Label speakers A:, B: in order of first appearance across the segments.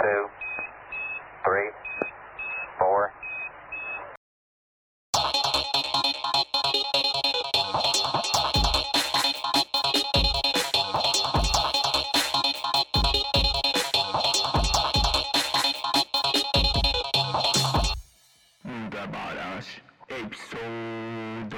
A: two, three, four.
B: 無駄話エピソード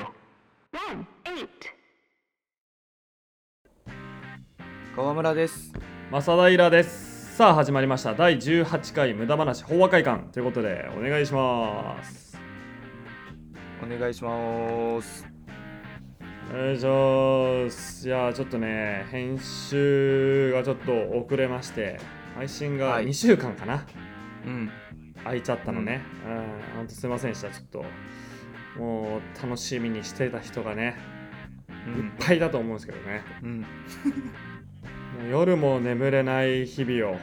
C: 川村です
D: 正平ですさあ始まりました第18回無駄話法話会館ということでお願いします
C: お願いします
D: お願いしますいやーちょっとね編集がちょっと遅れまして配信が
C: はい
D: 2週間かな、
C: うん
D: 空いちゃったのねうんほんとすいませんでしたちょっともう楽しみにしてた人がね
C: う
D: いっ
C: ん
D: ぱいだと思うんですけどね
C: うん
D: もう夜も眠れない日々を、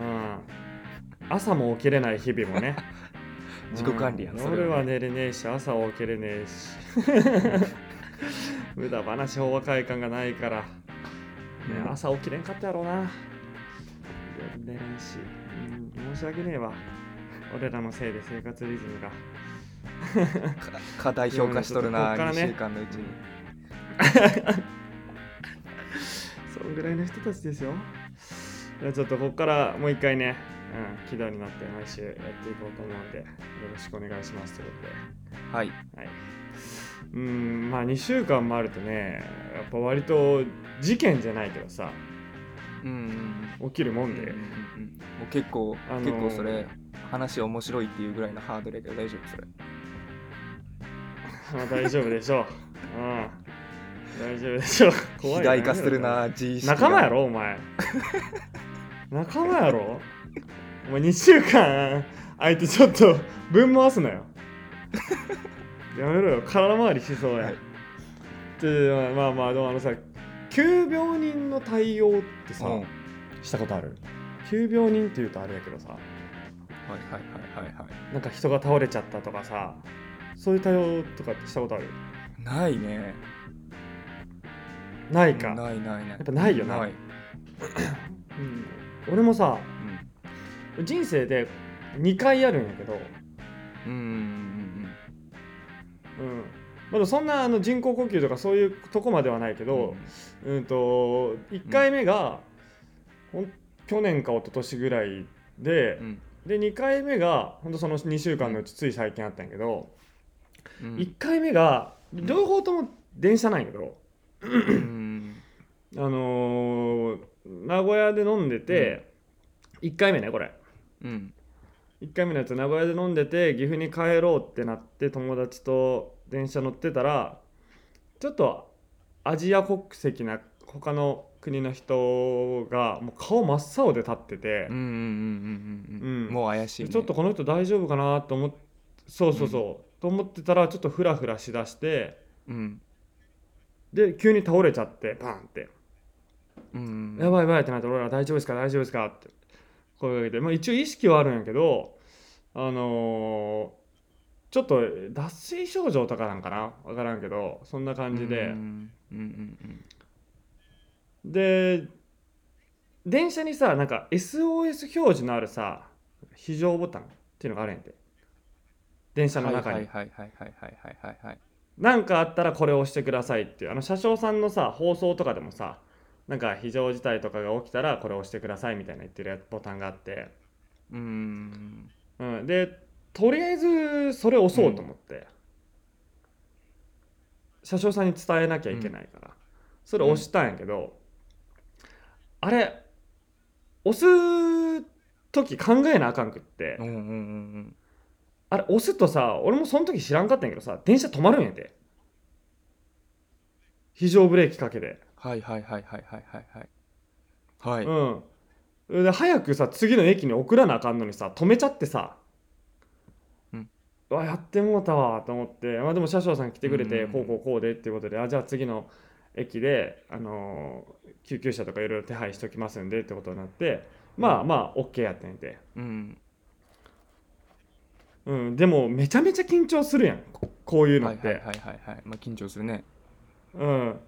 D: うん、朝も起きれない日々もね
C: 自己管理やな
D: うん
C: それ
D: 夜
C: は
D: は
C: ね
D: 寝れねえし朝は起きれねえし 無駄話法和会感がないから、ね
C: うん
D: 朝起きれんかったやろうな寝れんし、うん、申し訳ねえわ俺らのせいで生活リズムが
C: 課題評価しとるな
D: うんちょっとこっから
C: 2
D: ね
C: 週間のうちに
D: そんぐらいの人たちですよ。じゃあちょっとここからもう一回ね、うん、軌道になって毎週やっていこうと思うんで、よろしくお願いしますということ
C: はい
D: で。はい、うーん、まあ2週間もあるとね、やっぱ割と事件じゃないけどさ、
C: うんうん
D: 起きるも
C: うんんうんうん
D: で、
C: うんもう結構、
D: あのー
C: 結構それ話面白いっていうぐらいのハードルやけど大丈夫それ
D: まあ大丈夫でしょう。うん、大丈夫でしょう。怖い
C: 肥
D: な
C: 大化するな自意識が
D: 仲間やろお前仲間やろお前2週間あいてちょっと分回すなよやめろよ空回りしそうや、
C: はい
D: でまあまあでもあのさ急病人の対応って
C: う
D: さ、
C: んはい
D: したことある急病人っていうとあれやけどさ
C: はいはいはいは
D: なんか人が倒れちゃったとかさそういう対応とかってしたことある
C: いないね
D: ないか、
C: ないないないや
D: っぱないよな
C: ない、
D: うん俺もさ
C: うん、
D: 人生で2回あるんやけど、
C: うんうんうん
D: うんまあ、でもそんなあの人工呼吸とかそういうとこまではないけ
C: うん
D: ど、うん、と1回目が、ほん去年か一昨年ぐらいで,、
C: うん
D: で2回目がほんとその2週間のうちつい最近あったんやけど、
C: うん
D: 1回目が
C: ん
D: 両方とも電車なんやけど、
C: うん
D: あのー名古屋で飲んでて、1回目ねこれ
C: うん
D: 1回目のやつ名古屋で飲んでて岐阜に帰ろうってなって友達と電車乗ってたらちょっとアジア国籍な他の国の人がもう顔真っ青で立ってて
C: うんうんうんう、んうんうん
D: うん
C: もう怪しい、ね、
D: ちょっとこの人大丈夫かなと思ってそうそうそう、と思ってたらちょっとフラフラしだして
C: うん
D: で急に倒れちゃってバーンって
C: うん
D: やばいやばいってなって俺ら大丈夫ですか大丈夫ですかって声かけて、まあ、一応意識はあるんやけどあのーちょっと脱水症状とかなんかな分からんけどそんな感じ
C: う
D: で、
C: んうんうん
D: で電車にさなんか SOS 表示のあるさ非常ボタンっていうのがあるんやて電
C: う
D: 車
C: ん
D: の中に、
C: はいはいはいはいはいはいはいはい
D: なんかあったらこれを押してくださいっていうあの車掌さんのさ放送とかでもさなんか非常事態とかが起きたらこれを押してくださいみたいな言ってるやつボタンがあって
C: うーん
D: うん、でとりあえずそれ押そうと思って、車掌さんに伝えなきゃいけないから、それ押したんやけど、あれ押す時考えなあかんくって、
C: うんうんうん
D: あれ押すとさ俺もその時知らんかったんやけどさ電車止まるんやで非常ブレーキかけて、
C: はいはいはいはいはいはいはいはい
D: うんで早くさ次の駅に送らなあかんのにさ止めちゃってさ、
C: うん
D: うわやってもうたわと思って、まあ、でも車掌さん来てくれて、
C: うん
D: こうこうこうでっていうことであじゃあ次の駅で、あのー救急車とかいろいろ手配しときますんでってことになってまあまあ OK やってんて、
C: うん
D: うん、でもめちゃめちゃ緊張するやんここういう
C: は
D: の
C: い
D: って、
C: はいはいはいはいまあ緊張するね
D: うん、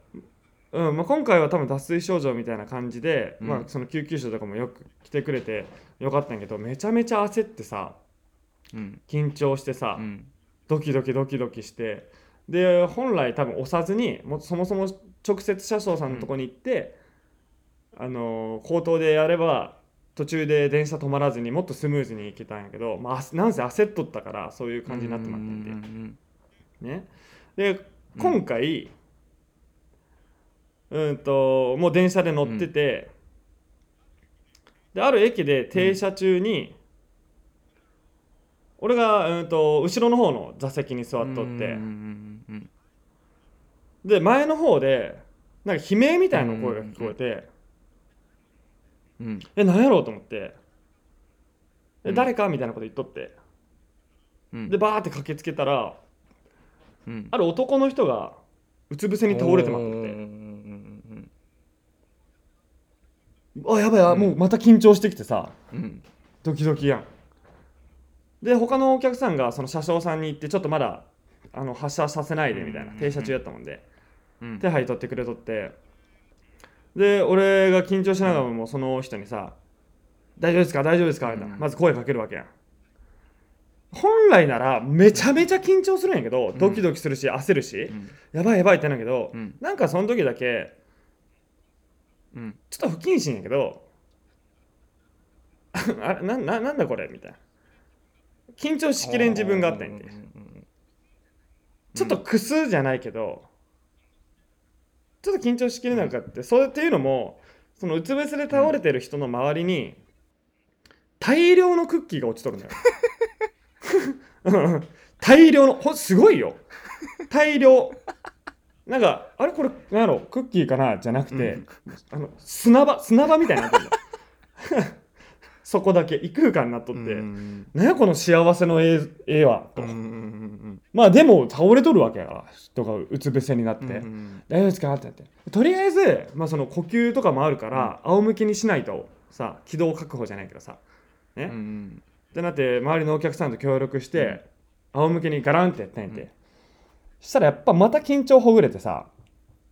D: うんまあ、今回は多分脱水症状みたいな感じで、
C: うん
D: まあ、その救急車とかもよく来てくれてよかったんやけどめちゃめちゃ焦ってさ
C: うん
D: 緊張してさ、
C: うん
D: ドキドキドキドキしてで本来多分押さずにもうそもそも直接車掌さんのとこに行って、あのー口頭でやれば途中で電車止まらずにもっとスムーズに行けたんやけど、まああ、なんせ焦っとったからそういう感じになってまったんで
C: うんうん
D: ねで
C: うん
D: 今回うんともう電車で乗ってて、である駅で停車中に、俺がうんと後ろの方の座席に座っとって、
C: うんうんうんうん
D: で前の方でなんか悲鳴みたいな声が聞こえて、
C: うんうん
D: え何やろうと思って
C: う
D: え
C: ん
D: 誰かみたいなこと言っとって
C: うん
D: でバーって駆けつけたら
C: うん
D: ある男の人がうつ伏せに倒れてまっとっ
C: うん
D: て
C: うん
D: あやばいやばいもうまた緊張してきてさ、
C: うんうん
D: ドキドキやんで他のお客さんがその車掌さんに行ってちょっとまだあの発車させないでみたいな
C: うん
D: 停車中やったもんで
C: うん
D: 手配取ってくれとってで俺が緊張しながらもその人にさ「大丈夫ですか大丈夫ですか?」みたいな
C: うん
D: まず声かけるわけやん本来ならめちゃめちゃ緊張するんやけどドキドキするし焦るし
C: うん
D: やばいやばいってなんやけど
C: うん
D: なんかその時だけ
C: うん
D: ちょっと不謹慎やけど、あれなななんだこれみたいな。緊張しきれん自分があったんやて
C: う。んうん
D: ちょっとくすじゃないけど、ちょっと緊張しきれなかった。そうっていうのも、そのうつ伏せで倒れてる人の周りに、大量のクッキーが落ちとるのよ うん。大量の、ほんすごいよ。大量。なんか、あれこれ、なんやろ、クッキーかなじゃなくて、
C: うん
D: あの砂場砂場みたいになってる そこだけ異空間になっとって、
C: うん
D: なんやこの幸せの絵絵はと、
C: うんうんうん
D: まあでも倒れとるわけやから人がうつ伏せになって、
C: うんうん
D: 大丈夫ですかってなってとりあえず、まあ、その呼吸とかもあるから、仰向けにしないとさ軌道確保じゃないけどさ
C: うんうん
D: ってなって周りのお客さんと協力して、仰向けにガランってやったんやて、したらやっぱまた緊張ほぐれてさ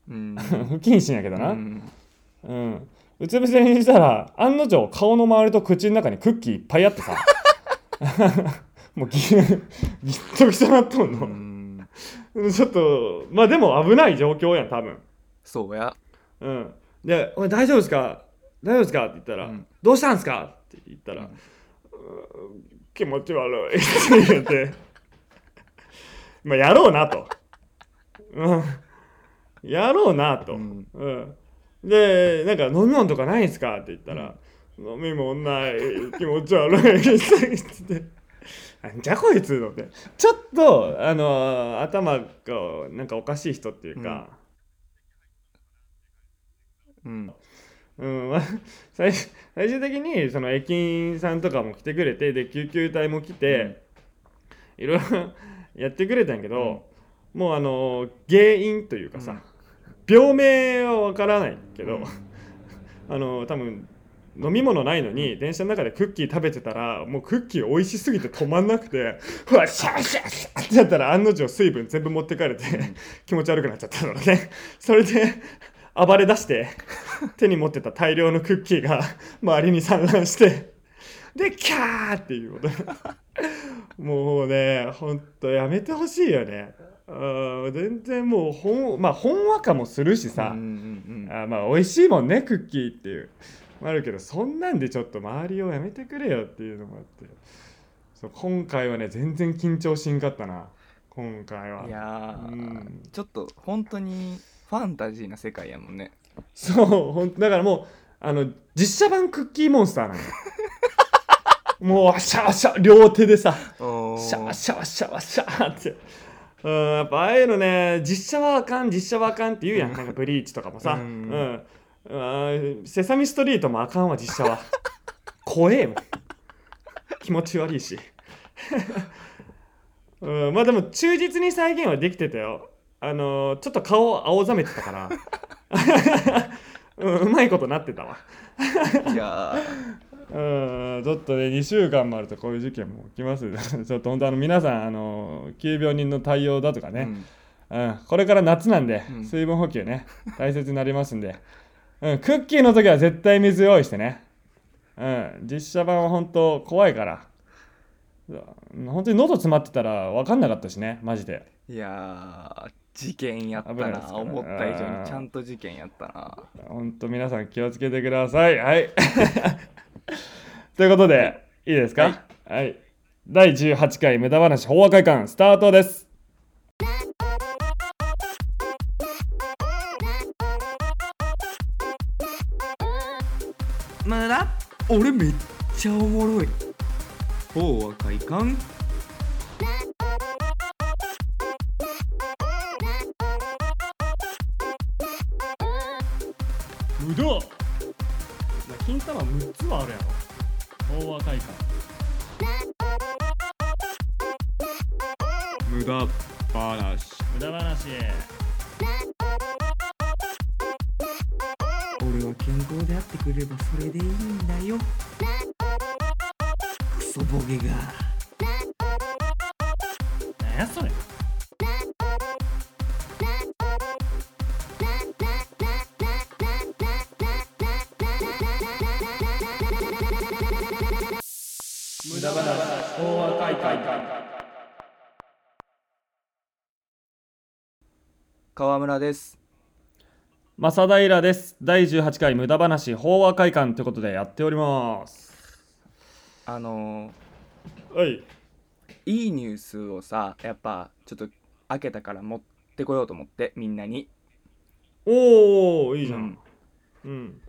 C: うん
D: 不謹慎やけどな、
C: うん
D: うん、うつ伏せにしたら案の定顔の周りと口の中にクッキーいっぱいあってさ もうぎぎっときとなっとん
C: う
D: の、
C: ん
D: ちょっとまあでも危ない状況やん多分
C: そうや
D: うんで「おい大丈夫ですか大丈夫ですか?」って言ったら「
C: うん
D: どうしたんですか?」って言ったら「うー気持ち悪い」 って言ってまあやろうなと、うん、やろうなと、
C: うん
D: うんでなんか飲み物とかないんすかって言ったら、飲み物ない気持ち悪い って言ってなんじゃこいつのってちょっとあのー頭がなんかおかしい人っていうか、
C: うん
D: うん、まあ最最終的にその駅員さんとかも来てくれてで救急隊も来て、いろいろやってくれたんやけど、もうあの原因というかさ、病名はわからないけど、あの多分飲み物ないのに電車の中でクッキー食べてたらもうクッキー美味しすぎて止まんなくてふわシャーシャーシャーってやったら案の定水分全部持ってかれて気持ち悪くなっちゃったのねそれで暴れ出して手に持ってた大量のクッキーが周りに散乱してでキャーっていうこともうねほんとやめてほしいよねあー全然もうほん,、まあ、ほんわかもするしさ、
C: うんうん
D: あまあ美味しいもんねクッキーっていうあるけどそんなんでちょっと周りをやめてくれよっていうのもあってそう今回はね全然緊張しんかったな今回
C: う
D: は
C: んいやー
D: うん
C: ちょっと本当にファンタジーな世界やもんね
D: そうほんだからもうあの実写版クッキーモンスタ ーなのよもうシャーシャー両手でさ
C: お
D: シャーシャーシャーシャーってうんやっぱああいうのね実写はあかん実写はあかんって言うやんなんかブリーチとかもさ
C: う
D: うんん、うん、セサミストリートもあかんわ実写は 怖えもん気持ち悪いし うんまあでも忠実に再現はできてたよあのちょっと顔を青ざめてたから うんうまいことなってたわ
C: いや
D: うんちょっとね2週間もあるとこ ういう事件も起きますちょっと本当あの皆さんあの急病人の対応だとか
C: ー
D: ね、うん、これから夏なんで、
C: うん
D: 水分補給ね、大切になりますんで、うん、クッキーの時は絶対水用意してね、うん、実写版は本当怖いから、うん本当に喉詰まってたら分かんなかったしね、マジで。
C: いやー事件やった
D: 危ない
C: な
D: ですから
C: 思った以上
D: うん
C: にちゃんと事件やったな
D: 本当皆さん気をつけてください。はい。 ということで、いいですかはい、第18回無駄話法話会館スタートです。
E: 無駄俺めっちゃおもろい法は快感
D: 無駄金玉6つはあるやろ。法話会館。
E: 無駄話
D: 無駄話。
E: 俺は健康であってくれればそれでいいんだよクソボケが
D: 何やそれ
C: 川村です
D: 正平です。第18回無駄話法話会館ということでやっております。
C: あのー
D: はい。
C: いいニュースをさやっぱちょっと開けたから持ってこようと思ってみんなに
D: おー、いいじゃ
C: うんん。
D: うん。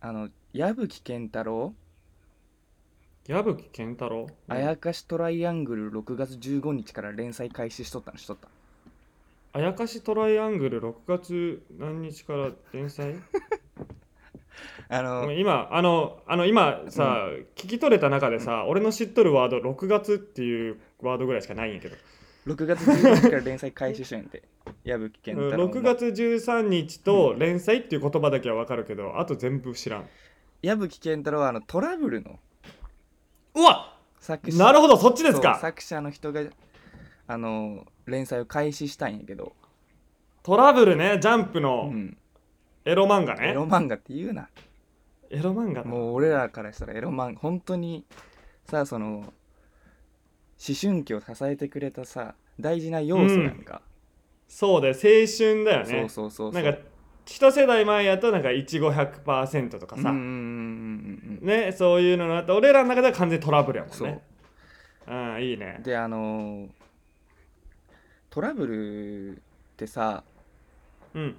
C: あの矢吹健太郎
D: 矢吹健太郎
C: あやかしトライアングル6月15日から連載開始しとったのしとった
D: あやかしトライアングル6月何日から連載
C: あ
D: ご
C: の
D: めん今 あのあの今さ、聞き取れた中でさ、俺の知っとるワード6月っていうワードぐらいしかないんやけど、
C: 6月15日から連載開始しとんやて矢吹健
D: うん
C: 太郎の
D: 6月13日と連載っていう言葉だけは分かるけどあと全部知らん
C: 矢吹健太郎はあのトラブルの
D: うわ
C: 作者
D: なるほどそっちです
C: そう
D: か
C: 作者の人があの連載を開始したんやけど、
D: トラブルねジャンプ
C: う
D: の
C: ん、
D: エロ漫画ね、
C: エロ漫画って言うな
D: エロ漫画だ
C: もう俺らからしたらエロ漫画本当にさその思春期を支えてくれたさ大事な要素やんか、
D: そうだよ青春だよ
C: そうそ
D: ね
C: うそうそう
D: なんか一世代前やとなんか1500%とか
C: うんうん
D: さ、
C: うんうんうん
D: ねそういうのがあって俺らの中では完全にトラブルやもん
C: そ
D: ね
C: う
D: うんいいね
C: であのートラブルってさ
D: うん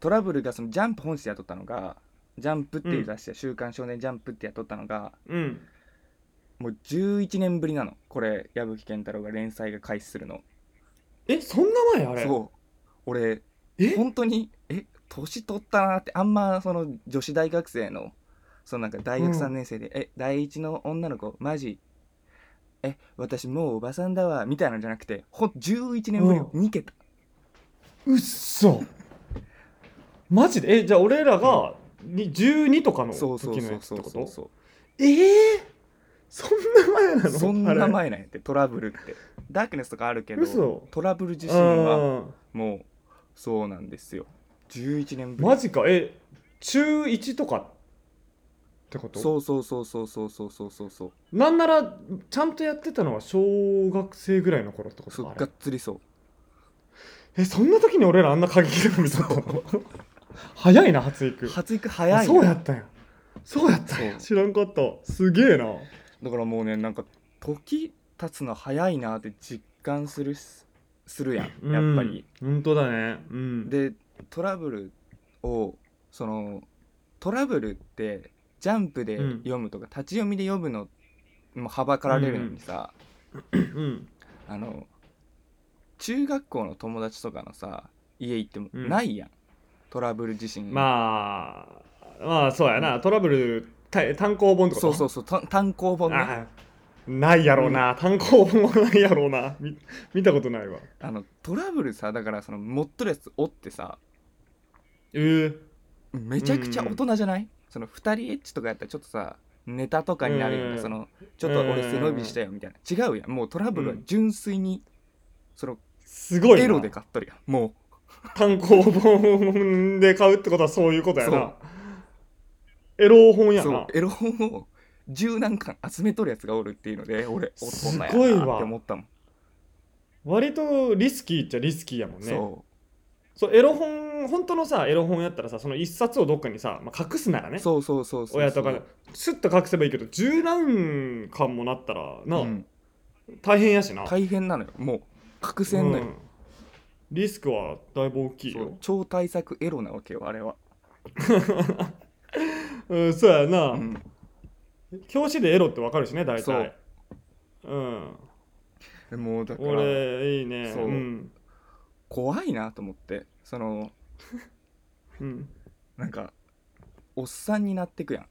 C: トラブルがそのジャンプ本誌でやっとったのがジャンプっていう雑誌で「週刊少年ジャンプ」ってやっとったのが
D: うん
C: もう11年ぶりなのこれ矢吹健太郎が連載が開始するの
D: えそんな前あれ
C: そう俺
D: え
C: 本当にえ年取ったなってあんまその女子大学生のそのなんか大学
D: うん
C: 3年生で「え第一の女の子マジえ私もうおばさんだわ」みたいなんじゃなくてほん11年ぶり
D: う
C: 2桁
D: うっそマジでえじゃあ俺らがに12とかの
C: そうそう
D: 時の
C: そ
D: や
C: う
D: つ
C: そ
D: って
C: う
D: こ
C: そう
D: と
C: そ
D: ええそんな前な
C: う
D: の
C: そんな
D: あ
C: 前なんやってトラブルってダークネスとかあるけど
D: れ嘘
C: トラブル自
D: う
C: 身は
D: ん
C: もうそうなんですよ11年ぶり
D: マジかえ中1とかってこと
C: そうそうそうそうそうそうそうそうそう
D: なんならちゃんとやってたのは小学生ぐらいの頃ってこと
C: そう
D: かあ
C: が
D: れ
C: っつりそう
D: えそんな時に俺らあんな過激なの見せた の早いな発育
C: 発育早い
D: あ
C: よ
D: そうやったんやそうやったんや
C: そう
D: 知らんかったすげえな
C: だからもうねなんか時経つの早いなって実感するしするやんやっぱり、
D: うん本当だねうん
C: でトラブルをそのトラブルってジャンプで読むとか、立ち読みで読むのもはばかられるのにさ、
D: うん
C: あの中学校の友達とかのさ家行っても
D: うん
C: ないやん、トラブル自身
D: まあまあそうやなトラブルた単行本ってこ
C: そ
D: と
C: うそううそう単単行本ねあ
D: あないやろうな、単行本はないやろうなみ見たことないわ
C: のトラブルさだからその持っとるやつおってさ
D: ええ
C: めちゃくちゃ大人じゃない、その2人エッチとかやったらちょっとさネタとかになるよう
D: うん
C: なそのちょっと俺背伸びしたよみたいな違うやんもうトラブルは純粋にその
D: すごいな
C: エロで買っとるやんも
D: 単行本で買うってことはそういうことや
C: そ
D: な
C: う
D: エロ本
C: う
D: や
C: そう
D: な
C: エロ本を十何巻集めとるやつがおるっていうので俺おっとんなや
D: すごい
C: な
D: わ
C: って思ったもん
D: 割とリスキーっちゃリスキーやもんね
C: そ
D: そうエロ本本当のさエロ本やったらさその一冊をどっかにさ、まあ、隠すなら
C: う
D: ね
C: そうそうそうそう
D: 親とかスッと隠せばいいけど十何巻もなったらな、
C: うん
D: 大変やしな
C: 大変なのよもう隠せんのよ
D: うんリスクはだいぶ大きい
C: そ
D: よ
C: う超大作エロなわけよあれは
D: うん、そうやな、
C: うん
D: 表紙でエロってわかるしね大体うん
C: もうだから
D: 俺いいね
C: そうん怖いなと思ってその
D: うん、
C: なんかおっさんになってくや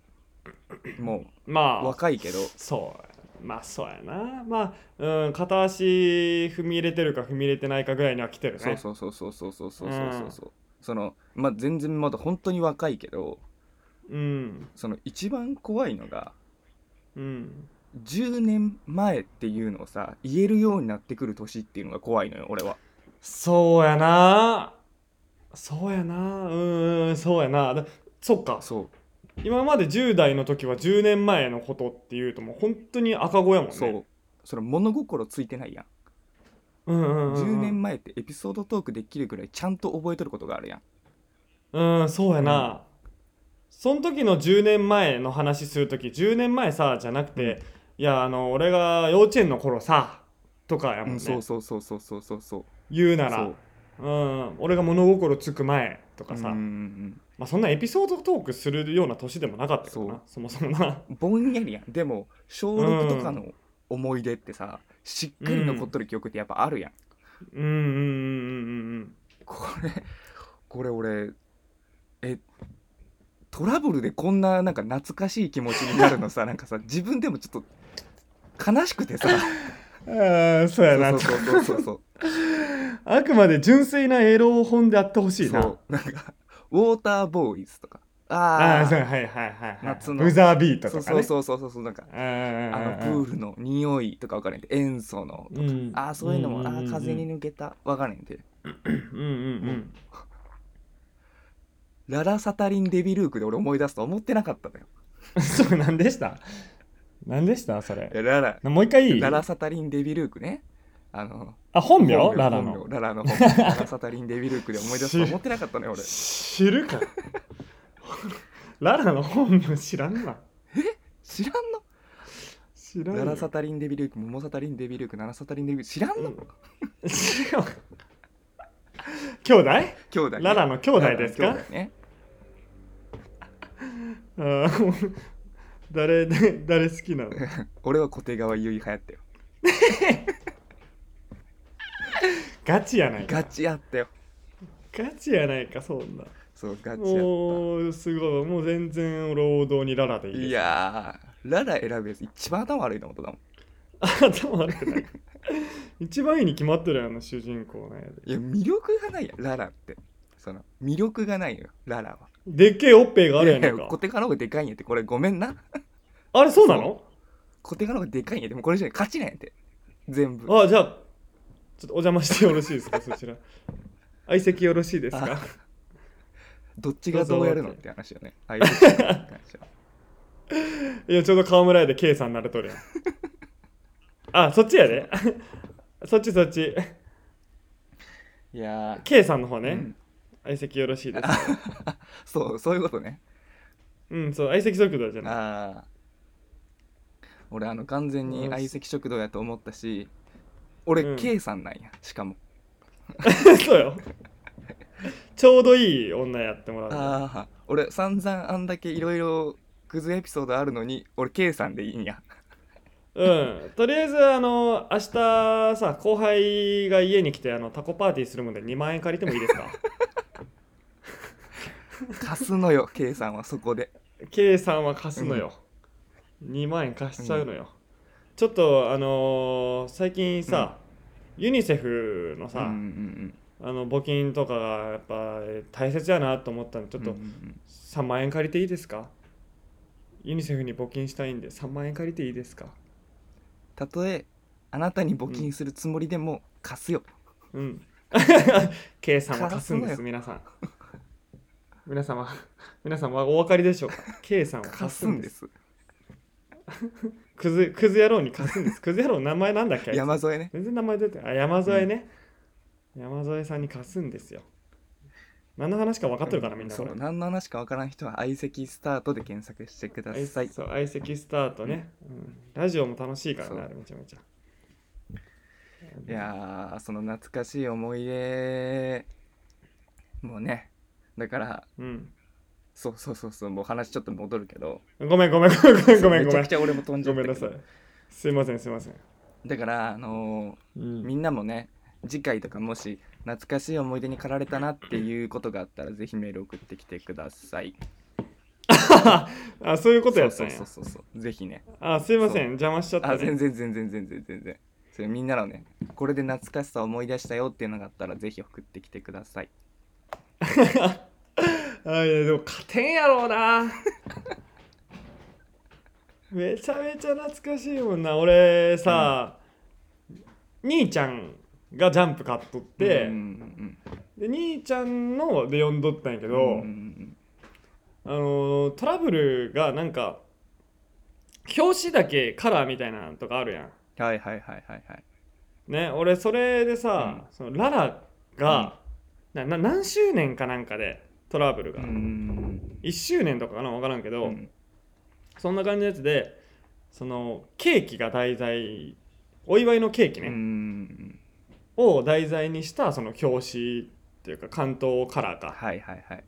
C: んも
D: ま
C: う
D: あ
C: 若いけど
D: そうまあそうやなまあ、うん、片足踏み入れてるか踏み入れてないかぐらいには来てるね
C: そうそうそうそうそうそうそうそうそうそうそのまあ全然まだ本当に若いけど
D: うん
C: その一番怖いのが
D: うん
C: 10年前っていうのをさ言えるようになってくる年っていうのが怖いのよ俺は
D: そうやなそうやなうんそうやなだそっか
C: そう
D: 今まで10代の時は10年前のことっていうともう本当に赤子やもんね
C: そうその物心ついてないやん
D: うんうんうん、
C: 10年前ってエピソードトークできるぐらいちゃんと覚えとることがあるやん
D: うんそうやな、
C: う
D: その時の10年前の話する時10年前さじゃなくて、いやあの俺が幼稚園の頃さとかやもん
C: う
D: ね、
C: んそうそうそうそうそうそうそう
D: 言うなら
C: そううん
D: 俺が物心つく前とかさ、
C: うんうん
D: まあ、そんなエピソードトークするような年でもなかったけどなそもそもな
C: うんぼんやりやんでも小6とかの思い出ってさしっかり残っとる記憶ってやっぱあるやん、
D: うんうんうんうんうん
C: これこれ俺えトラブルでこんななんか懐かしい気持ちになるの さなんかさ自分でもちょっと悲しくてさ
D: ああそうやな
C: そうそうそうそうそう
D: あくまで純粋なエロ本であってほしいな
C: そうなんかウォーターボーイズとか
D: あ
C: あ
D: あ
C: あ
D: そうはいはいはいはい
C: 夏の
D: ブザービート
C: そう
D: とか
C: そう
D: ね
C: そうそうそうそうなんかあの
D: あ
C: プールの匂いとかわからんて塩素の
D: うん
C: ああそういうのも
D: んん
C: あ
D: ん
C: あ
D: ん
C: 風に抜けたわからんて
D: うんうん
C: ララサタリンデビルークで俺思い出すと思ってなかったのよ
D: うん そうなんでしたなんでしたそれ
C: いやララ
D: もう一回いい
C: ララサタリンデビルークねあの
D: あ本名ララ
C: 本名
D: の
C: ララの本名ララサタリンデビルークで思い出すと思ってなかったのよ俺
D: 知るかララの本名知らんな
C: 知らんの
D: 知らんよ
C: ララサタリンデビルークモモサタリンデビルークナナサタリンデビルーク知らんの、
D: うん兄弟
C: 兄弟ね
D: ララの兄弟です
C: ララ
D: か
C: の兄弟ね
D: あー誰誰好きなの
C: 俺は小手川優衣流行ったよ
D: ガチやないか
C: ガチやったよ
D: ガチやないかそんな
C: そうガチやっ
D: もうすごいもう全然労働にララでいい
C: た
D: です
C: いやーララ選ぶやつ一番頭悪いと思ったもん
D: 頭悪くない一番いいに決まってるやんあの主人公のやつ
C: いや魅力がないやんララってその魅力がないのよララは
D: でっけえオッペイがあるや
C: いやい
D: ん
C: や
D: か
C: 小手からの方がでかいんやってこれごめんな
D: あれそうなの
C: 小手からの方がでかいんやってもうこれじゃ勝ちなんやって全部
D: あじゃあちょっとお邪魔してよろしい ですかそちら相席よろしいですか
C: どっちがどうやるのっ
D: どうぞ
C: て話よね相手に関して はい
D: やちょうど河村屋で K さんなれとるやんあそっちやで そっちそっち
C: いや
D: K さんの方ね、
C: うん
D: 相席よろしいですか
C: ーそうそういうことね
D: うんそう相席食堂じゃない
C: ああ俺あの完全に相席食堂やと思ったし俺、
D: うん
C: K さんなんやしかも
D: そうよちょうどいい女やってもらうあ
C: ああ俺散々あんだけいろいろクズエピソードあるのに俺 K さんでいいん や
D: うん、とりあえずあの明日さ後輩が家に来てあのタコパーティーするもんで2万円借りてもいいですか
C: 貸すのよ K さんはそこで
D: K さんは貸すのよ、2万円貸しちゃうのよ、ちょっとあのー最近さ、ユニセフの
C: う
D: さ、
C: んうん
D: あの募金とかがやっぱ大切やなと思ったんで
C: う
D: ちょっ
C: ん
D: と
C: うんうん
D: 3万円借りていいですかユニセフに募金したいんで3万円借りていいですか
C: たとえあなたに募金するつもりでも貸すよ、
D: うん K さんは貸すんで
C: 貸す
D: す
C: なよ
D: 皆さん皆様皆様お分かりでしょうか K さんは貸
C: 貸
D: す
C: す
D: ん
C: ん
D: で
C: ですす
D: クズクズ野郎に貸すんですクズ野郎の名前なんだっけあいつ
C: 山添ね
D: 全然名前出てあ山添ね、山添さんに貸すんですよ何の話か分かってるかな、みんな
C: そ
D: こ
C: う
D: れ
C: 何の話かわからん人は相席スタートで検索してください
D: 相そう相席スタートね、うんラジオも楽しいから
C: そう
D: ねあれめちゃめちゃ
C: いやーその懐かしい思い出もうねだから
D: うん
C: そうそうそうそうもう話ちょっと戻るけど
D: ごめんごめんごめんごめんごめん
C: め
D: ご
C: ち
D: め
C: ゃ
D: ん
C: くちゃ俺も飛んじゃ
D: ご
C: った
D: め
C: け
D: ん
C: ど
D: なさいすいませんすいません、
C: だからあのー
D: うん
C: みんなもね次回とかもし懐かしい思い出に駆られたなっていうことがあったらぜひメール送ってきてください。
D: あそういうことやった
C: そ
D: ん
C: う
D: や
C: そうそうそうぜひね。
D: あすいません
C: そう
D: 邪魔しちゃった、ね、
C: あ全然全然全然全然。それみんなのねこれで懐かしさを思い出したよっていうのがあったらぜひ送ってきてください。
D: あいやでも勝てんやろうな めちゃめちゃ懐かしいもんな俺さ、兄ちゃんがジャンプ買っとって、
C: うんうん
D: で兄ちゃんので呼んどったんやけど、
C: うんうんうん
D: あのートラブルがなんか表紙だけカラーみたいなのとかあるやん
C: うん。はいはいはいはいはい。
D: ね俺それでさ、そのララが、なな何周年かなんかでトラブル
C: う
D: が、
C: んうん
D: 1周年とかかな分からんけ
C: う
D: ど、
C: んうん
D: そんな感じのやつでそのケーキが題材お祝いのケーキ
C: うんう
D: ね、
C: ん。
D: を題材にしたその表紙っていうか関東カラーか
C: はいはいはい。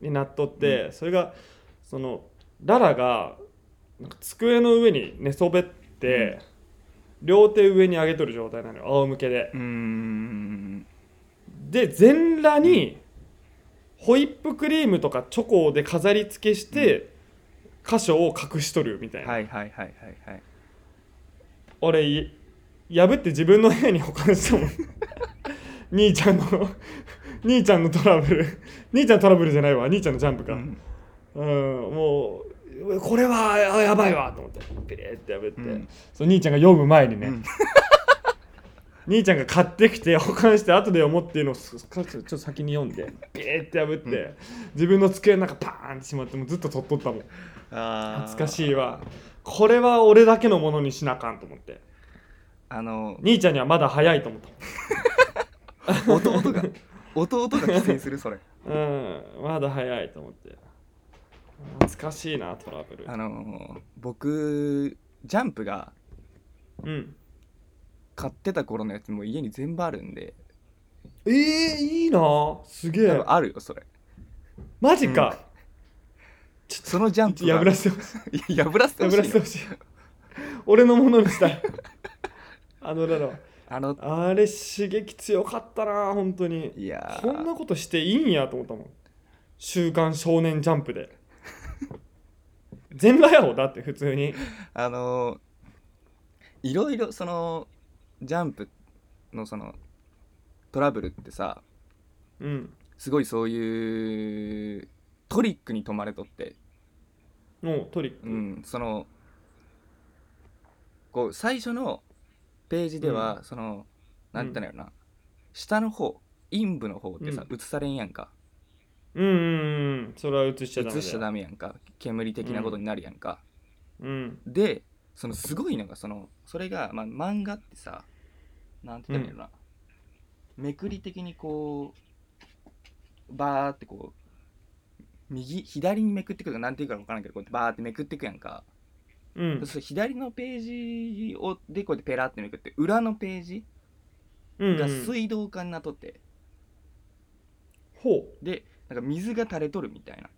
D: になっとって、それがそのララがなんか机の上に寝そべって、両手上に上げとる状態なのよ仰向けで
C: う、んうんうん
D: で全裸にホイップクリームとかチョコで飾り付けして、箇所を隠しとるみたい
C: うん。
D: な、
C: はいはいはいはいはい。
D: 俺い破って自分の部屋に保管し たもん兄ちゃんの兄ちゃんのトラブル兄ちゃんトラブルじゃないわ兄ちゃんのジャンプか、
C: う
D: うん
C: ん
D: もうこれはあやばいわと思ってピレーって破って、
C: うん
D: そう兄ちゃんが読む前にね、
C: うん
D: 兄ちゃんが買ってきて保管して後で読もうっていうのをすかつちょっと先に読んでピレーって破って、自分の机の中パーンってしまってもうずっと取っとったもん
C: 懐
D: 懐かし
C: い。
D: いわこれは俺だけのものにしなあかんと思って
C: あの
D: 兄ちゃんにはまだ早いと思った
C: 弟が弟が帰省するそれ
D: うん、まだ早いと思って。懐かしいな、トラブル
C: あ。のー僕ジャンプが
D: うん。
C: 買ってた頃のやつもう家に全部あるんで
D: ええいいなすげ
C: 多
D: え
C: 分。あるよそれ
D: マジか。
C: そのジャンプが
D: 破らせてほしい。
C: い や破らせてほ
D: 破ら
C: し
D: せ
C: い
D: て
C: の
D: ほしい。俺のものにしたい。 あのだろ。
C: あの
D: あれ、刺激強かったな、本当に。
C: いやー
D: こんなことしていいんやと思ったもん。週刊少年ジャンプで。全裸やろ、だって普通に。
C: あのーいろいろそのジャンプのそのトラブルってさ
D: うん。
C: すごいそういうトリックに止まれとって
D: もうトリック。
C: うん、そのこう最初のページでは、そのなんて言うんだろうな、下の方陰部の方ってさ、
D: う
C: 映されんやんか
D: うんうんうん。それは映しちゃダメだよ。
C: 映しちゃダメやんか煙的なことになるやんか、
D: うん。
C: でそのすごいのがそのそれが、まあ、漫画ってさなんて言ったらいいのかな、めくり的にこうバーってこう右左にめくってくるかなんていうか分からんけどこうやってバーってめくってくやんか、
D: うん
C: そう左のページをでこうやってペラってめくって裏のページ
D: うんう
C: が
D: ん、
C: 水道管になっとって、
D: ほ
C: でなんか水が垂れとるみたいな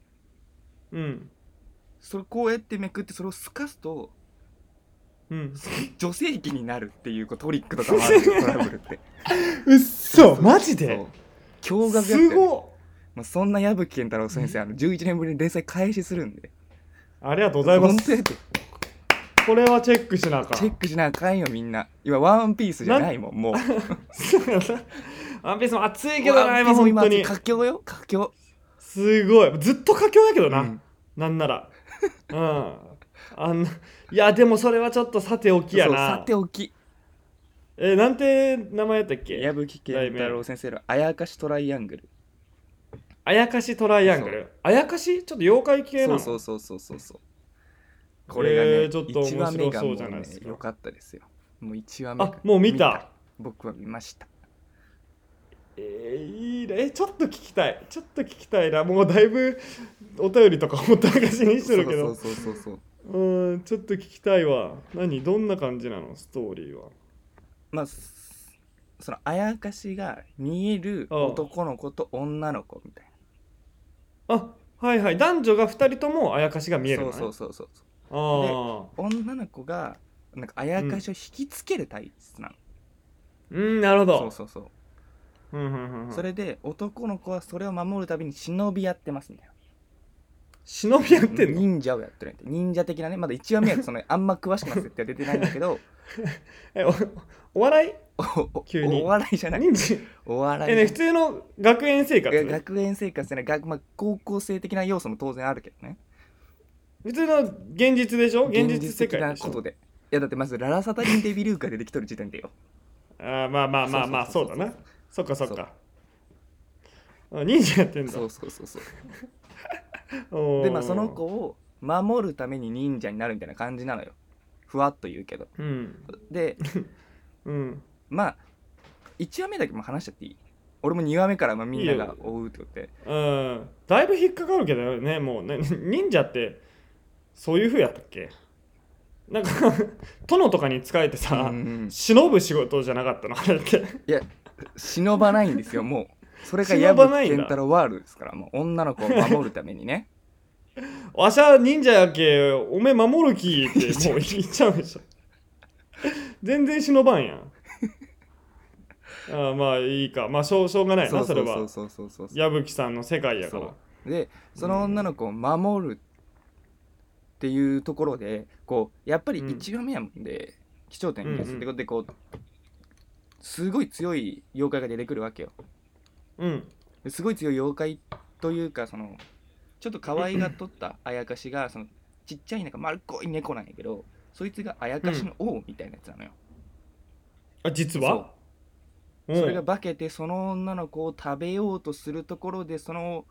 D: ううん
C: それこうやってめくってそれをすかすと
D: うん
C: 女性器になるっていうこうトリックとかもあるんですよトラブルって
D: うっそ マジ
C: そう驚愕やったよね
D: すごっ
C: まあ、そんな矢吹健太郎先生あの11年ぶりに連載開始するんで
D: ありがとうございま
C: 本
D: す
C: 当やって
D: これはチェックしなあかん
C: チェックしなあかんよみんな今ワンピースじゃないもんもう
D: そうやなワンピースも熱いけど
C: ワ
D: な
C: ンピ
D: 今
C: ースも
D: 本当
C: 今
D: に
C: 佳境よ佳境
D: すごいずっと佳境だけどな、
C: うん
D: なんならうんあんないやでもそれはちょっとさておきや
C: そう
D: な
C: さておき
D: えーなんて名前やったっけ
C: 矢吹健太郎先生の「あやかしトライアングル
D: あやかしトライアングルあやかしちょっと妖怪」系な
C: そう
D: の
C: そうそうそうそうそうこれがね、
D: えーちょっと面
C: 一話目
D: 白
C: が
D: そ
C: も
D: う
C: う
D: じゃない
C: ね
D: ですか
C: 良かったですよもう一話目
D: あもう見た
C: 僕は見ました
D: えーいいねえちょっと聞きたいちょっと聞きたいなもうだいぶお便りとかほったらかしにしてるけど
C: そうそうそうそうそう
D: うんちょっと聞きたいわ何どんな感じなのストーリーは
C: まあすそのあやかしが見える男の子と女の子みたいな
D: あはいはい男女が2人ともあやかしが見えるの、ね、
C: そうそうそうそう
D: あ
C: 女の子がなんかあやかしを引きつける体質なの、
D: あうんなるほど
C: そうそうそう、
D: うんうんうんうん
C: それで男の子はそれを守るたびに忍びやってますみたいな
D: 忍びやってんの
C: 忍者をやってるみたいな忍者的なねまだ1話目はそのあんま詳しくな設定は出てないんだけ ど
D: えおお笑い
C: おお
D: 急に
C: お笑いじゃない
D: 忍者
C: お笑い
D: え、ね、普通の学園生活
C: が学園生活じゃない学、まあ、高校生的な要素も当然あるけどね
D: 普通の現実でしょ現実世
C: 的
D: 界
C: な
D: でし
C: こと
D: ょ
C: でいやだってまずララサタリンデビルーカでできとる時点でよ
D: あーまあまあまあまあ
C: そ
D: そうう
C: そ
D: だ
C: うそうそう
D: なそっかそっかあ忍者やってんだ
C: そうそうそうそう
D: おー
C: でまあその子を守るために忍者になるみたいな感じなのよふわっと言うけど
D: うん
C: で
D: うん
C: まあ1話目だけもう話しちゃっていい俺も2話目からまあみんなが追うってことで
D: うんだいぶ引っかかるけどねもうね忍者ってそういうふうやったっけなんか 殿とかに仕えてさ、
C: うん
D: 忍ぶ仕事じゃなかったのあれって
C: いや忍ばないんですよもうそれが矢
D: 忍ばな
C: 吹
D: いんだ
C: 健太郎ワールドですからもう女の子を守るためにね
D: わしゃ忍者やけおめえ守る気ってもう言っちゃうでしょ全然忍ばんやんあーまあいいかまあしょうしょうがないなそれは
C: そうそうそうそう
D: 矢吹さんの世界やから
C: そうでその女の子を守るっていうところでこうやっぱり
D: うん
C: 1話目やもんで貴重点です
D: うんうん
C: ってことでこうすごい強い妖怪が出てくるわけよ
D: うん
C: ですごい強い妖怪というかそのちょっと可愛がっと ったあやかしがそのちっちゃいなんか丸っこい猫なんやけどそいつがあやかしの王みたいなやつなのよ、
D: あ実はうん
C: それが化けてその女の子を食べようとするところでその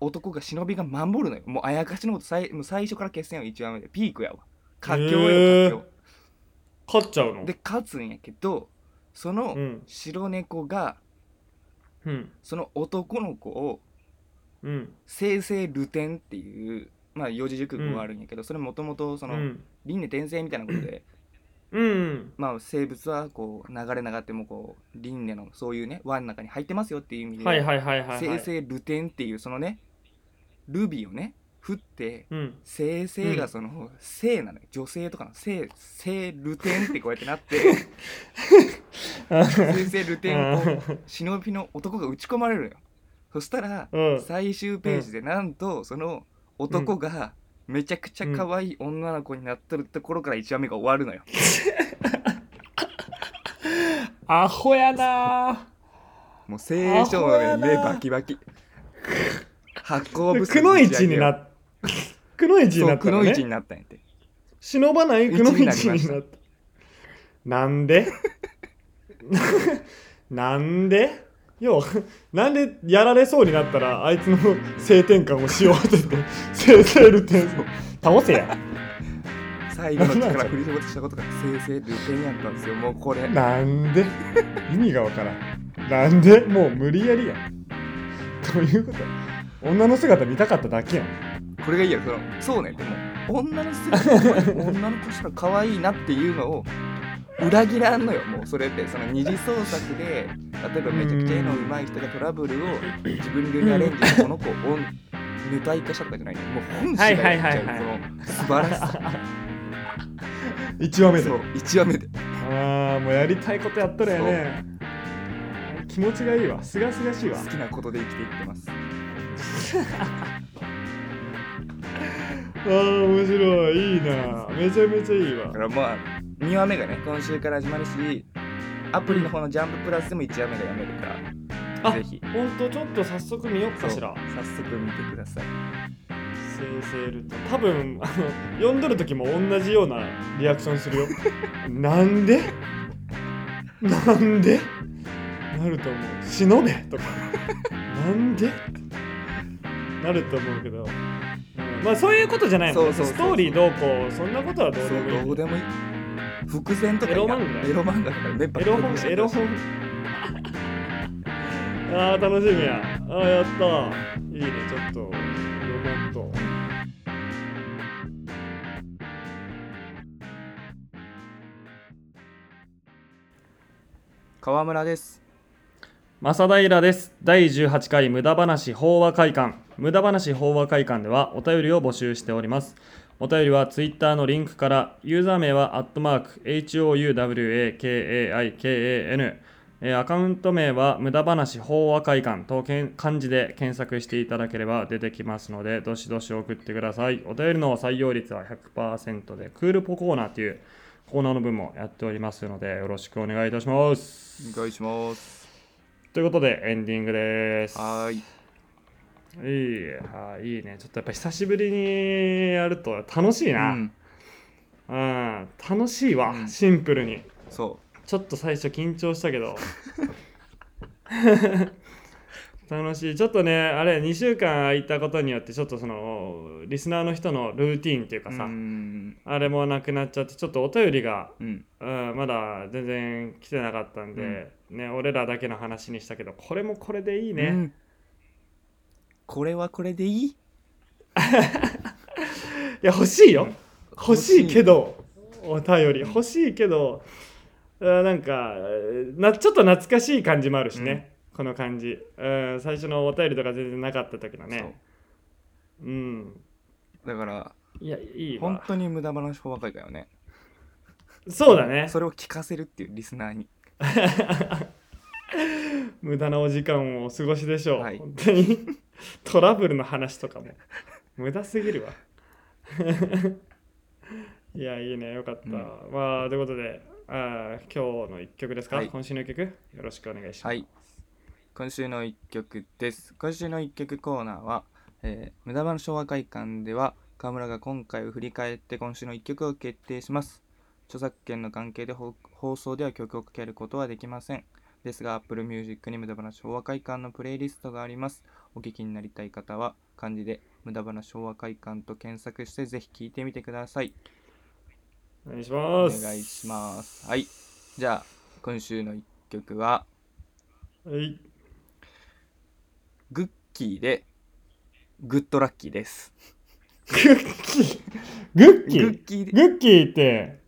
C: 男が忍びが守るのよもうあやかしのことさいもう最初から決戦を1話目でピークやわ佳境
D: へ
C: や
D: ー
C: わ
D: 勝っちゃ
C: 佳
D: うの
C: 境で勝つんやけどそうの
D: ん
C: 白猫が
D: うん
C: その男の子を
D: うん
C: 生成ルテンっていう、まあ、四字熟語があるんやけど、それもともとそうの、
D: ん
C: 輪廻転生みたいなこと で、
D: うん
C: まあ、生物はこう流れ流ってもこう輪廻のそういうね輪の中に入ってますよっていう意味で、
D: はいはいはいはいは
C: 生
D: い
C: 成ルテンっていうそのねルビーをね振って
D: うん
C: 生成がその、性なのよ女性とかの性性ルテンってこうやってなって 生成ルテ ンをこう忍びの男が打ち込まれるのよそしたら
D: うん
C: 最終ページでなんとその男がめちゃくちゃ可愛い女の子になってるところから1話目が終わるのよ。
D: アホ やな
C: もう青少年目
D: アホやな
C: バキ バキ。発行部
D: ー
C: 数
D: くのいちにな
C: っ
D: っくのい
C: た
D: ちにな
C: そう、
D: っ
C: く
D: た
C: の
D: の
C: いち
D: ね
C: になったんやって。
D: 忍ばないくのいちに
C: 一にな
D: な
C: り
D: った。 なんで なんでよう、なんでやられそうになったら、あいつの性転換をしようって って、性セールって、倒せや。
C: 最後の力振り絞ってしたことが生成ルテンやったんですよ。もうこれ。
D: なんで意味がわからん。なんでもう無理やりや。ということ女の姿見たかっただけやん。
C: これがいいやそのそうねでも女の姿も女の子したら可愛いなっていうのを裏切らんのよもうそれってその二次創作で例えばめちゃくちゃ絵の上手い人がトラブルを自分流にアレンジしてこの子をネタ化したとかじゃないのもう本
D: は
C: 誌
D: い
C: が
D: は
C: や
D: い
C: っ
D: は
C: ちゃ
D: いはいう
C: この素晴らしさ
D: 1話目で
C: そう。1話目で
D: ああ、もうやりたいことやっとるやね。気持ちがいいわ。すがすがしい
C: 好
D: わ。
C: きなことで生きていってます
D: ああ面白いいいなめちゃめちゃいいわ
C: だからまあ2話目がね今週から始まるしアプリの方のジャンププラスでも1話目が読めるから
D: あ
C: ぜひ
D: ほんとちょっと早速見よっかしら
C: そう早速見てください
D: す生成ルト多分あの読んどる時も同じようなリアクショ ンするよなんでなんでなると思う忍べとかなんでなると思うけどうんまあそういうことじゃないもんね
C: そうそうそう
D: ストーリーどうこうそんなことはどうでもいい
C: そうどうでもいい伏線とか
D: エロ漫画
C: エロ漫画とかメンバ
D: エロ本エロ本ああ楽しみやああやったいいねちょっとロボット
C: 川村です
D: 正平です第18回無駄話法話会館無駄話法話会館ではお便りを募集しておりますお便りは Twitter のリンクからユーザー名はアットマーク HOUWAKAIKAN えーアカウント名は無駄話法話会館とけん漢字で検索していただければ出てきますのでどしどし送ってくださいお便りの採用率は100%でクールポコーナーというコーナーの分もやっておりますのでよろしくお願いいたします
C: お願いします
D: ということでエンディングです。
C: はーい
D: いいはいいいね。ちょっとやっぱ久しぶりにやると楽しいな。う、
C: うんん
D: 楽しいわ、
C: うん
D: シンプルに。
C: そ
D: ちょっと最初緊張したけど。 楽しい。ちょっとね、あれ、2週間空いたことによって、ちょっとその、リスナーの人のルーティンっていう
C: う
D: かさ、
C: うん
D: あれもなくなっちゃって、ちょっとお便りが、
C: うん
D: うん、まだ全然来てなかったんで、ね、俺らだけの話にしたけど、これもこれでいいね。
C: うんこれはこれでいい
D: いや欲しいよ欲しい
C: 欲しい
D: けどお便り欲しいけどあーなんかなちょっと懐かしい感じもあるしね、この感じ、うん、最初のお便りとか全然なかった時のねうん
C: そうだから
D: いやいいわ
C: 本当に無駄話法話会だよね
D: そうだね
C: それを聞かせるっていうリスナーに
D: 無駄なお時間をお過ごしでしょう、
C: はい
D: 本当に トラブルの話とかも無駄すぎるわ いやいいねよかった、
C: うん
D: まあということであー今日の一曲ですか、
C: はい
D: 今週の一曲よろしくお願いします、
C: はい今週の一曲です今週の一曲コーナーは、えー無駄話昭和会館では河村が今回を振り返って今週の一曲を決定します著作権の関係で放放送では曲をかけることはできませんですが Apple Music に無駄話昭和会館のプレイリストがありますお聞きになりたい方は漢字で無駄話昭和会館と検索してぜひ聴いてみてください
D: お願いし
C: お
D: ます。
C: 願いしますはいじゃあ今週の一曲は
D: はい。
C: グッキーでグッドラッキーです。
D: グッキー。グッ
C: グ
D: キ
C: ッ
D: ー。
C: キーで
D: グッキーって、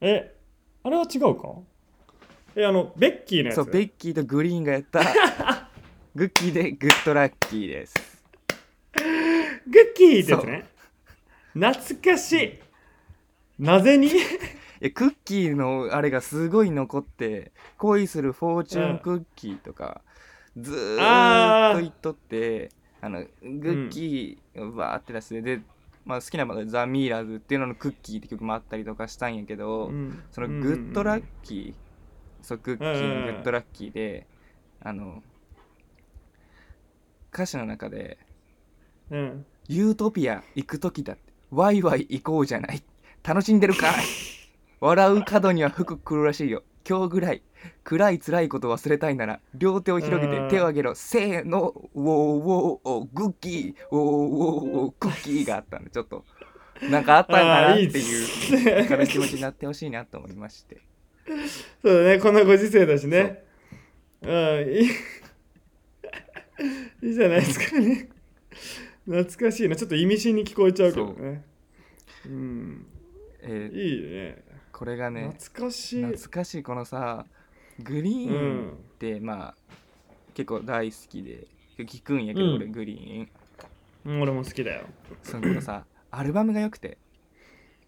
D: え、あれは違うかえ、あの、ベッキーのやつ。
C: そうベッキーとグリーンがやった グッキーでグッドラッキーです。
D: グッキーってやつね。懐かしい。なぜに
C: いやクッキーのあれがすごい残って恋するフォーチュンクッキーとか、ずーっと言っとってあのグッキーをバーって出して、で、まあ、好きなバンドでザ・ミーラーズっていうののクッキーって曲もあったりとかしたんやけど、
D: うん
C: そのグッドラッ
D: うん
C: キー、そうグッキー
D: うん
C: のグッドラッキーで、あの歌詞の中で
D: うん。
C: 「ユートピア行く時だってワイワイ行こうじゃない楽しんでるかい笑う角には服くるらしいよ今日ぐらい暗い辛いこと忘れたいなら両手を広げ
D: う
C: て
D: ん
C: 手を上げろせーのウォーウォーおグッキーウォーウォーおグッキーがあったんでちょっとなんかあったんかな
D: あ
C: っ
D: ー
C: て
D: いい
C: いう
D: です
C: 軽い気持ちになってほしいなと思いまして。
D: そうだね、こんなご時世だしね。うん、いい。 いいじゃないですかね。懐かしいな。ちょっと意味深に聞こえちゃうけどね。うん。
C: えー
D: いいね。
C: これがね
D: 懐かしい。
C: 懐かしいこのさグリ
D: う
C: ーン
D: ん。
C: って、まあ結構大好きで聞くんやけど、
D: うん
C: 俺グリーン
D: うん俺も好きだよ。
C: そのさアルバムが良くて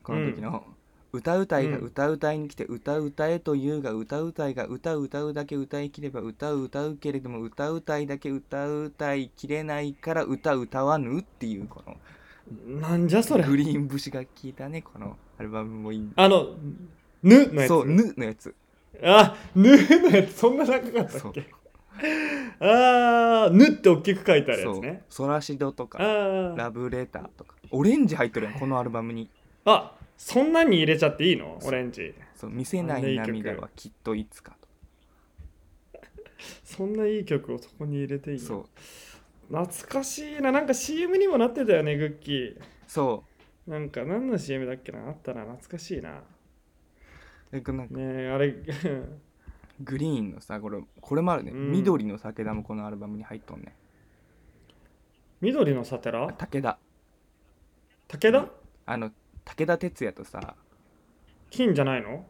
C: この時の、歌うたいが
D: うん
C: 歌うたいに来て歌うたえというが歌うたいが歌う歌うだけ歌いきれば歌う歌うけれども歌うたいだけ歌う歌いきれないから歌う歌わぬっていうこの
D: なんじゃそれ。
C: グリーン節が効いたねこのアルバムもいい
D: あの、ぬのやつ。
C: そう「ぬ」のやつ
D: あ、ぬのやつ、そんな長かったっけあーぬって大きく書いてあるや
C: そ
D: つ
C: う
D: ね
C: 「ソラシド」と
D: あ
C: か「
D: ー
C: ラブレター」とかオレンジ入ってるやんこのアルバムに
D: あそんなに入れちゃっていいのオレンジ
C: 「そう見せない涙はきっといつか」と
D: そんないい曲をそこに入れていいの
C: そう
D: 懐かしいななんか CM にもなってたよねグッキー
C: そ
D: なんか何の CM だっけなあったな懐かしい
C: う
D: な
C: でなんか
D: ねえあれ
C: グリーンのさこれこれもあるね、
D: うん
C: 緑の酒田もこのアルバムに入っとんね
D: 緑のサテラ
C: 武田
D: 武田
C: あの武田鉄矢とさ
D: 金じゃないの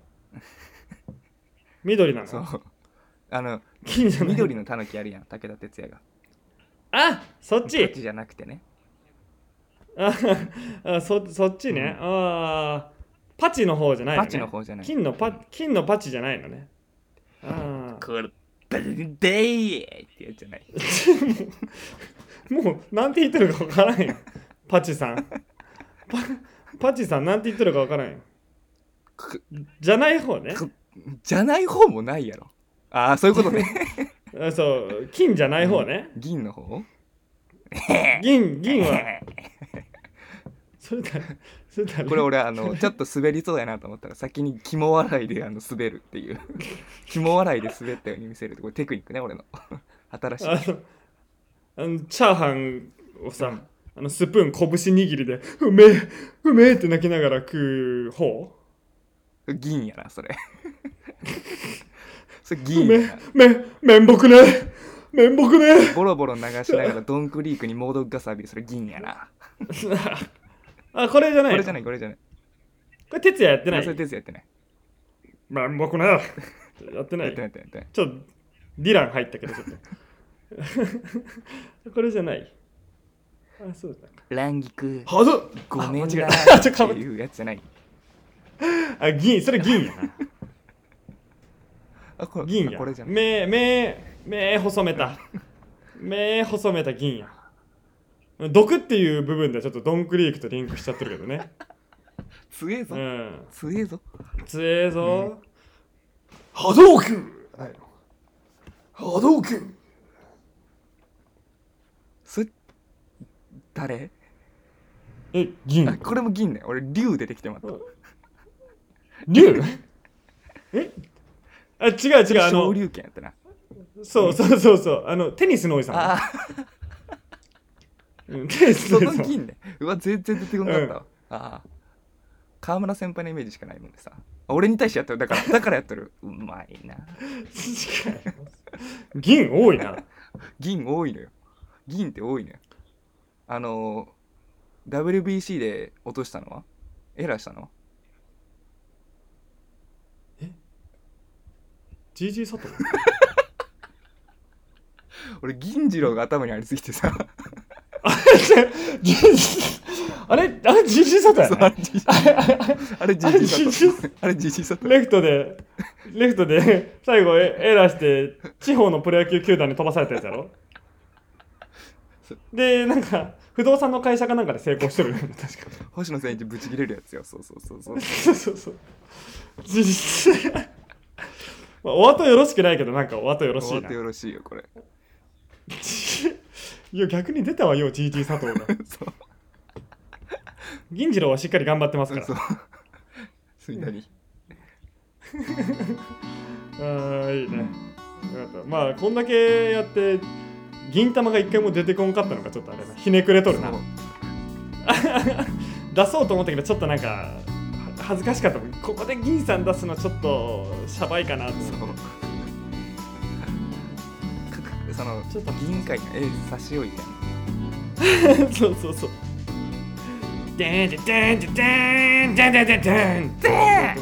D: 緑な
C: そ
D: の
C: うあの
D: 金じゃない
C: 緑のたぬきあるやん武田鉄矢が
D: あそっ
C: こっ
D: ち
C: ちじゃなくてね
D: ああそそっちね、ああパチの方じゃないの、ね、
C: パチの方じゃない
D: 金のパ金のパチじゃないのねああ
C: これバデイエーってやつじゃない
D: もうなんて言ってるかわからんよパチさんパパチさんなんて言ってるかわからんよ
C: く
D: じゃない方ね
C: くじゃない方もないやろああそういうこと ね
D: あそう金じゃない方ね
C: 銀の方
D: 銀銀 はそれだそれだ
C: これ俺あ のちょっと滑りそうやなと思ったら先に肝笑いであの滑るっていう 肝笑いで滑ったように見せるってこれテクニックね俺の 新しい
D: あのあのチャーハンをさ、あのスプーン拳握りでうめえうめえって泣きながら食う方
C: 銀やなそれ それ
D: う
C: 銀
D: め
C: や
D: え
C: な
D: め面目ね面目ね
C: ボロボロ流しながらドンクリークに猛毒ガス浴びるそれ銀やな
D: あこれじゃな
C: こ
D: い
C: れじゃ
D: こ
C: ないこれじゃない
D: れ哲也やってな
C: それ
D: い
C: 哲也やってない
D: 面目ねやってな
C: やってないやっ
D: い
C: てないやってない
D: ちょっとディラン入ったけどちょっと これじゃないあそうだ
C: 乱菊
D: はず
C: ごめんな
D: あ間違えた
C: ー
D: ちょっとか
C: っ
D: ぶ
C: て
D: っ
C: いうやつじゃない
D: あ銀それ銀やな
C: あこれ
D: 銀や
C: あこれじゃない
D: 目目目細 めた目細めた銀や毒っていう部分ではちょっとドンクリークとリンクしちゃってるけどね
C: 強え
D: う
C: ぞ
D: ん
C: 強えぞ
D: 強えぞ、
E: 波動拳波動拳
C: それ誰
D: え銀
C: あこれも銀ね俺竜出てきてもらっ
D: 竜えあ違う違う
C: た
D: あ
C: 昇
D: の
C: 竜拳やったな
D: そうそうそうそうあのテニスのおじさ
C: ああ
D: ん、うん、テニス
C: そ
D: のおじ
C: の
D: さん
C: 銀ねうわ全然出てこなかったわ、ああ川村先輩のイメージしかないもんでさ俺に対してやってるだからだからや ってるうまいな
D: 確かに銀多いな
C: 銀多いのよ銀って多いのよあのー WBC で落としたのはエラーしたのは
D: GG 佐藤
C: 俺銀次郎が頭にありすぎて さ
D: あれあれ GG 佐藤や
C: そう
D: な
C: あれ GG あれ GG 佐藤あれ GG 佐藤
D: レフトで、レフトで、最後エエラーして、地方のプロ野球球団に飛ばされたやつやろで、なんか、不動産の会社かなんかで成功してるよね、 確か。
C: 星野選手ぶち切れるやつよそうそうそうそう
D: そうそうそう。事実。まあ、お後よろしくないけど、なんかお後よろし
C: 終わっ
D: いな
C: て。よろしいよこれ
D: いや、逆に出たわよ、GG 佐藤が。
C: そう
D: 銀次郎はしっかり頑張ってますから。
C: そうすみだに
D: ああいいね、よかったまあこんだけやって銀玉が一回も出てこんかったのがちょっとあれなひねくれとるな
C: そう
D: 出そうと思ったけどちょっとなんかは恥ずかしかったもんここで銀さん出すのちょっとシャバいかなと
C: そう
D: 思って
C: 各その
D: ちょっと
C: 銀界のエース差し置いて
D: そうそうそうでんでんでんでんでんでんでんでんでんでん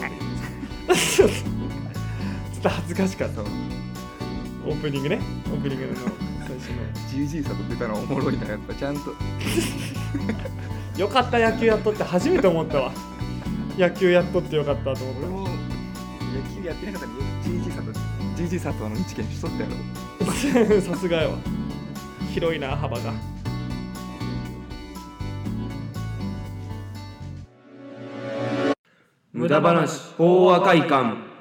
D: ちょっと恥ずかしかった
C: そう
D: オープニングねオープニングの最初の
C: GG さんと出たのおもろいなやっぱちゃんと
D: よかった野球やっとって初めて思ったわ野球やっとってよかったと思った
C: 俺も野球やってなかったら GG さんと GG さんとの一見しとったやろ
D: さすがやわ広いな幅が
E: 無駄話法和会館